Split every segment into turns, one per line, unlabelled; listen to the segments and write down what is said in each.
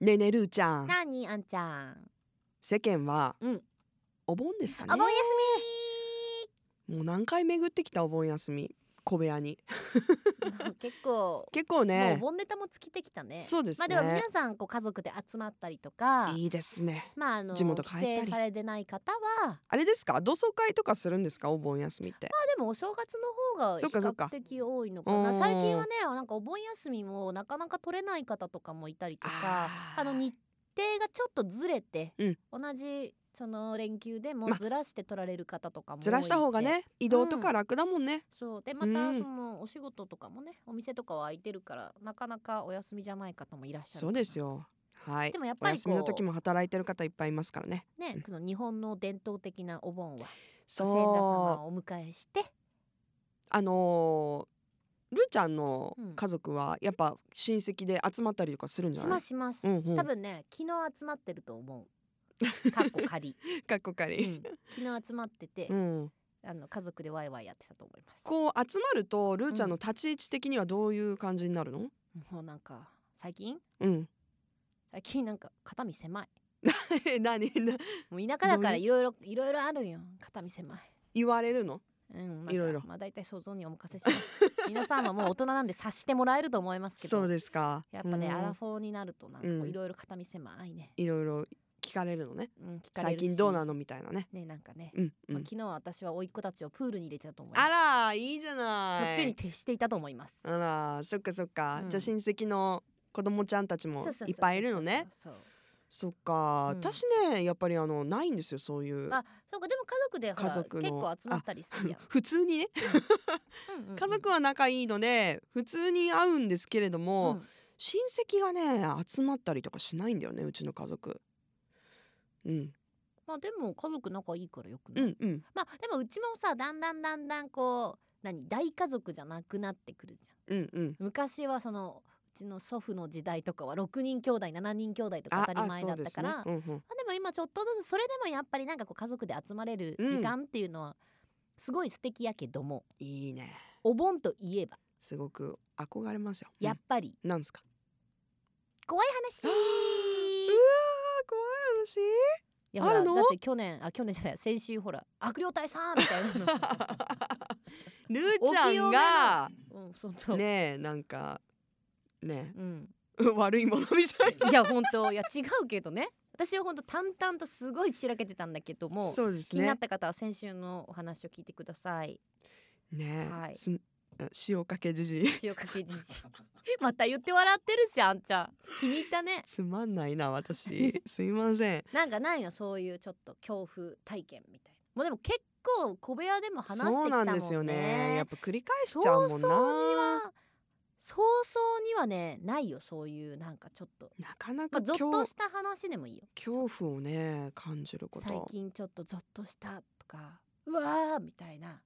ねえねえるーちゃん
なにあんちゃん
世間は、
うん
お盆ですかね
お盆休
もう何回巡ってきたお盆休み小部屋 に
み結構、
結構
もうお
ね
盆ネタも尽きてきたね
そうです
まあ
ね、
でも皆さんこう家族で集まったりとか
いいですね
まああの
地
帰
元帰ったり
省されてない方は
あれですか同窓会とかするんですかお盆休みって、
でもお正月の方が比
そっかそっか
較的多いのかな
うん
最近はねなんかお盆休みもなかなか取れない方とかもいたりとか
あー
あの日程がちょっとずれて、
うん
同じその連休でも
ま
ずらして取られる方とかも多いって
ずらした方がね移動と
う
か
ん
楽だもんね、
そうでまた
うん
そのお仕事とかもねお店とかは空いてるからなかなかお休みじゃない方もいらっしゃる
そうです
よ
よはい
でもやっ
お
ぱり
休みの
こ
時
う
も働いてる方いっぱいいますからね
ねこの日本の伝統的なお盆はご先祖様
そう
をお迎えして
あのー、るーちゃんの
うん
家族はやっぱ親戚で集まったりとかするんじゃ
し
な
ま
い
すします、
うんうん
多分ね昨日集まってると思うかっこ 仮、
かっこか
う
り、
ん、昨日集まってて、
うん、
あの家族でワイワイやってたと思います
こう集まるとルーちゃんの立ち位置的にはどういう感じになるの？
もうなんか最近
うん。
最近なんか肩身狭い
何な
もう田舎だか
ど
ら
う
いろいろいろいろあるんよ肩身狭い
言われるの？
うん、なんか
いろいろ
まあ大体想像にお任せします 皆さんはもう大人なんで察してもらえると思いますけど
そうですか。
やっぱね、
うん
アラフォーになるとなんかこ
う
うんいろいろ肩身狭いね、
いろいろ聞かれるのね。
うん、聞かれ
最
るし
近どうなのみたいなね。
ねなんかね、
うん、う
まあ、
ん。
昨日は私は甥っ子たちをプールに入れてたと思います
あらいいじゃない。
そっちに徹していたと思います
あらそっかそっか。
うん
じゃあ親戚の子供ちゃんたちも
そうそうそうそう
いっぱいいるのね。
そうそう
そっか。
うん
私ねやっぱりあのないんですよそういう。
あそうかでも家族でほら
家族の
結構集まったりするやん、
普通にね
うんうんうん
家族は仲いいので普通に会うんですけれども、
うん
親戚がね集まったりとかしないんだよねうちの家族うん
まあでも家族仲いいからよくな
う
い、
んうん
まあでもうちもさだんだんだんだんこう何大家族じゃなくなってくるじゃん
うんうん
昔はそのうちの祖父の時代とかは6人兄弟7人兄弟とか当たり前だったからまあで,、
そうですねうんうん
も今ちょっとずつそれでもやっぱりなんかこう家族で集まれる時間っていうのはすごい素敵やけども、
いいね
お盆といえば
すごく憧れますよ
やっぱり
うんなんですか
怖い
う
話、
わー怖い話
いやほら
あるの
だって去年あ去年じゃない先週ほら悪霊退散みたい な
ルーちゃんが
の、うん、そうそう、
ねえなんかね
うん、
え 悪いものみたい
いや本当いや違うけどね私は本当淡々とすごいしらけてたんだけど
な
も、
そうです
気にな
ね
った方は先週のお話を聞いてください
ねえ、
はい
すあ塩かけじじい
塩かけじじまた言って笑ってるしあんちゃん気に入ったね
つまんないな私すいません
なんかないのそういうちょっと恐怖体験みたいなもうでも結構小部屋でも話してきたもんね
そうなんですよねやっぱ繰り返しちゃうもんな
早々には早々にはねないよそういうなんかちょっと、
なかな
ま
か
あ、ゾ
恐
ッとした話でもいいよ
恐怖をね感じること
最近ちょっとゾッとしたとかうわーみたいな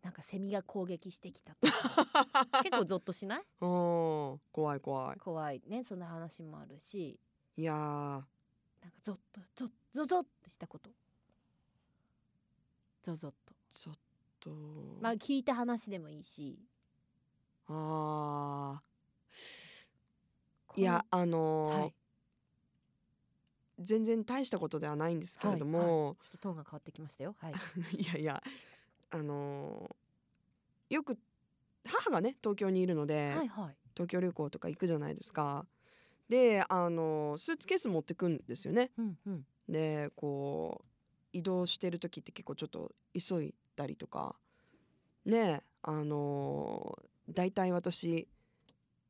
なんかセミが攻撃してきたとか結構ゾッとしない
うん怖い怖い
怖いねそんな話もあるし
いやー
なんかゾッとゾッゾゾッとしたことゾゾッと
ちょっと、
まあ聞いた話でもいいし
あ
こ
ー
の
いやあのー
はい
全然大したことではないんですけれども、
ちょっとトーンが変わってきましたよはい
いやいやあのーよく母がね東京にいるので、
はいはい
東京旅行とか行くじゃないですか。であのースーツケース持ってくんですよね。
うんうん
でこう移動してる時って結構ちょっと急いだりとかねえあのー、大体私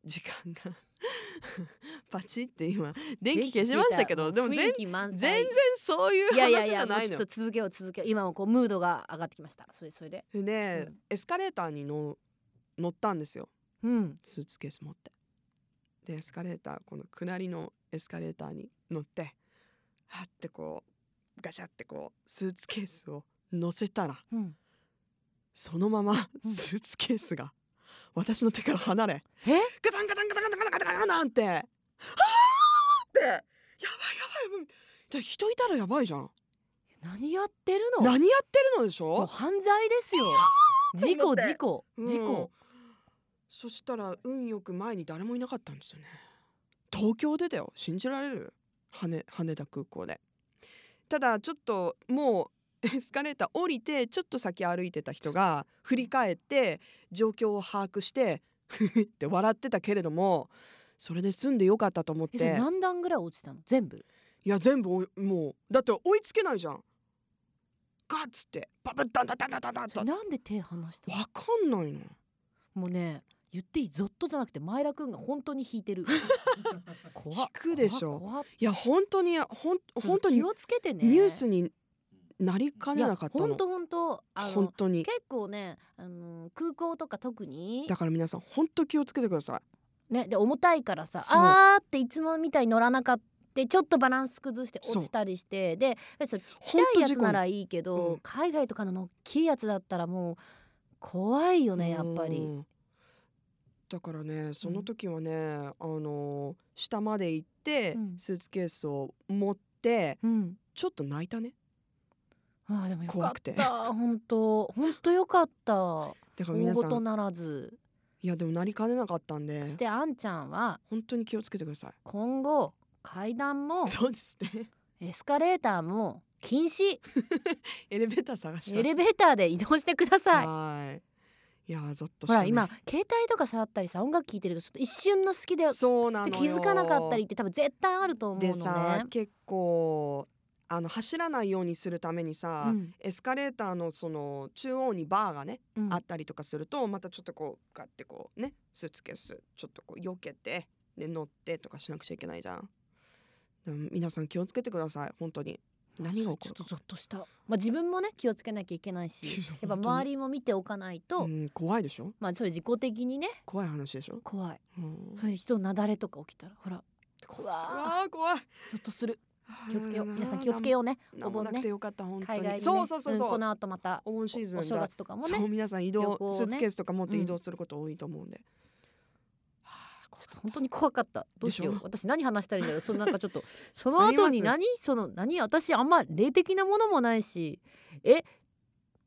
時間が パチって今電気消しましたけどでも全
雰囲気満載
全然そういう
いやいや
話
い
じ
や
ゃ
もう
ない
ち
の
ょっ
よ
と。続けよう続けよう今もこうムードが上がってきましたそれそれで
でね、
うん
エスカレーターにの乗ったんですよ
うん
スーツケース持って。でエスカレーターこの下りのエスカレーターに乗ってはってこうガシャってこうスーツケースを乗せたら
うん
そのまま
うん
スーツケースが私の手から離れ
え
ガタンガタンガタンガタンガタンガタンなんてあーってやばいやばいもうじゃあ人いたらやばいじゃん
何やってるの
何やってるのでし
もう
ょ
犯罪ですよ事
と思
故
って
事故事
うん
故
そしたら運よく前に誰もいなかったんですよね東京でだよ信じられる羽羽田空港でただちょっともう エスカレーター降りてちょっと先歩いてた人が振り返って状況を把握して ふふって笑ってたけれどもそれで済んでよかったと思っ
えそれ
て
何段ぐらい落ちたの全部
いや全部おいもうだって追いつけないじゃんガッつってバブッダンダンダンダンダンダン
そ
と
れなんで手離したの
わかんないの
もうね言っていいゾッとじゃなくて前田くんが本当に引いて る怖っ
引くでしょ
怖っ怖っ
いや本当にほん
ちょっ
本
と
当に
気をつけてね
ニュースになりかねなかったの
本当本当あ
本
の
当に
結構ねあの空港とか特に
だから皆さん本当気をつけてください
ねで重たいからさ
そう
あーっていつもみたいに乗らなかったちょっとバランス崩して
そう
落ちたりしてでそうちっち
ほんと
ゃいや
事
つ
故に
ならいいけど、
うん
海外とかの大きいやつだったらもう怖いよねやっぱ
う
り。
んだからねその時はね、あの下まで行って、
うん
スーツケースを持って
うん、
ちょっと泣いたね
あーでもよか
怖
っ
くて
た本当本当よかった大
だから皆さ
事
ん
ならず
いやでもなりかねなかったんで
そしてあんちゃんは
本当に気をつけてください
今後階段も
そうですね
エスカレーターも禁止
エレベーター探します
エレベーターで移動してください。
はいいやーゾッとし
ほ
た、
ら
ね、
今携帯とか触ったりさ音楽聴いてるとちょっと一瞬の隙で
そうなの
で
よ
気づかなかったりって多分絶対あると思うの
で
ね。
さ結構あの走らないようにするためにさ、
うん
エスカレーターのその中央にバーがね
うん
あったりとかするとまたちょっとこうガッてこうねスーツケースちょっとこう避けてで乗ってとかしなくちゃいけないじゃん。でも皆さん気をつけてください本当に何が起
ち
こる
ょっと
か
ゾッとした。まあ自分もね気をつけなきゃいけないし、
いや
やっ
本
ぱ
当に
周りも見ておかないと、
うん怖いでしょ
まあそういう自己的にね
怖い話でしょ、
怖い。
うん、
そういう人なだれとか起きたらほらう
う
わ
わー怖い
ーゾッとする。気をつけよう
あー
皆さん気をつけようね。
な
お
んも
盆
なく
ね
てよかった本当に
海外に、ね、
そうそうそうんそう、
この後また
お盆シーズン
お
だ
正月とかもね。ち
そ
ょ
う
っ
皆さん移動
旅行をね
スーツケースとか持って移動すること多いと思うんで、はあ怖か
と本当に怖かったどうしよ
で
う
しょ
私何話したらいいんだろうそのなんかちょ っとその後に
あ
何その何私あんま霊的なものもないしえ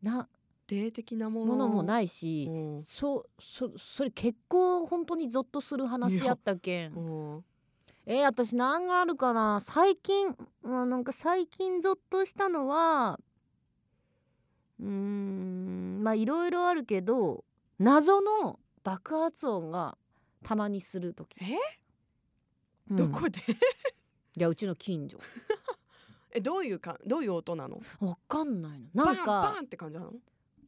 な
霊的なもの
ものも
い、
ないし、
うん
そそそれ結構本当にゾッとする話やったけん、
うん
えー私何があるかな最近、まあ、なんか最近ゾッとしたのはうーんまあいろいろあるけど謎の爆発音がたまにする時
え
うん
どこで
いやうちの近所
えどういうかどういう音なの
わかんないのな
バー
ん
ンバ
か
ーンって感じなの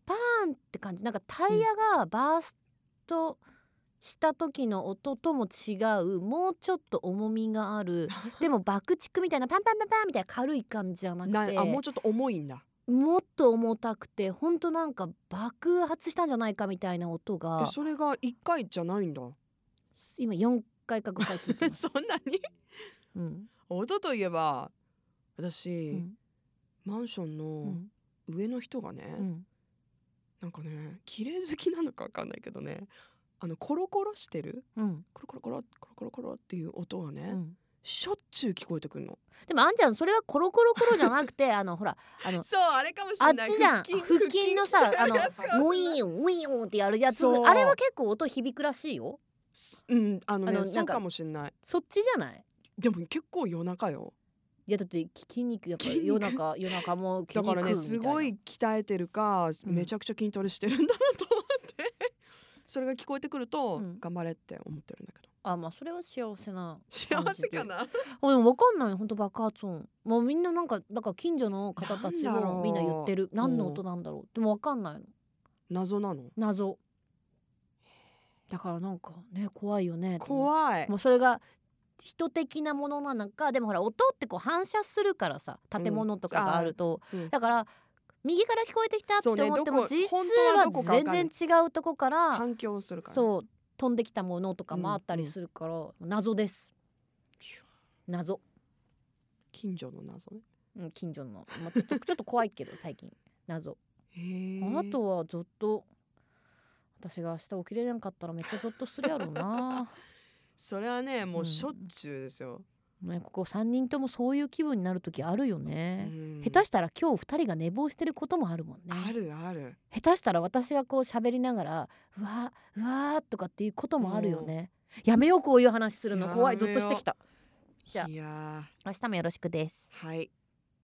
パンって感じなんかタイヤがバーストした時の音とも違うもうちょっと重みがあ るでも爆竹みたいなパンパンパンパンみたいな軽い感じじゃなくて
なあもうちょっと重いんだ
もっと重たくてほんとなんか爆発したんじゃないかみたいな音
え
が
それが一回じゃない んだ
今4回か5回聞いてま
そ
す。
んなに
うん
音といえば私、
うん
マンション
う
の
ん
上の人がね、
うん
なんかね綺麗好きなのかわかんないけどねあのコロコロしてる
うん
コロコロコロコロコロコロっていう音がね、
うん
しょっちゅう聞こえてくるの
でもあんちゃんそれはコロコロコロじゃなくてあのほらあの
そうあれかもし
あっちじゃん腹筋のさあのウィ
い
ーンウィーンってやるやつ
そう
あれは結構音響くらしいよ
うんあのね
あのなんか
そうかもしんない
そっちじゃない
でも結構夜中よ
いやだって筋肉やっぱ
筋肉
夜中夜中も筋
だ
肉
からね
みたいな
すごい鍛えてるか
うん
めちゃくちゃ筋トレしてるんだなと思って、 それが聞こえてくると、
うん
頑張れって思ってるんだけど
あまあそれは幸せな
幸せかな
あでも分かんない本当爆発音もうみんななんかだから近所の方たち
なんだろ
も
う
みんな言ってる何の音なんだろう、でも分かんないの
謎なの
謎だからなんかね怖いよねと思って
怖い
もうそれが人的なものなのかでもほら音ってこう反射するからさ建物とかがあると、
うんあーうん
だから右から聞こえてきたって
そうね
思って
ど
も、
こ
実
本当はどこかわ
は
かんない
全然違うとこから
反響するから
そう飛んできたものとか
うん
もあったりするから、謎です謎、
近所の謎ね
うん、近所の、まあ、ちょっと ちょっと怖いけど最近謎あ
あ
とはずっと私が明日起きれなかったらめっちゃゾッとするやろうな
それはねもううんしょっちゅうですよ、
ねここ3人ともそういう気分になる時あるよね、
うん
下手したら今日2人が寝坊してることもあるもんね
あるある
下手したら私がこう喋りながらうわうわーとかっていうこともあるよね、やめようこういう話するの怖い
や
ぞ
め
っ
よう
としてきたじゃあ
いや
明日もよろしくです
ーはい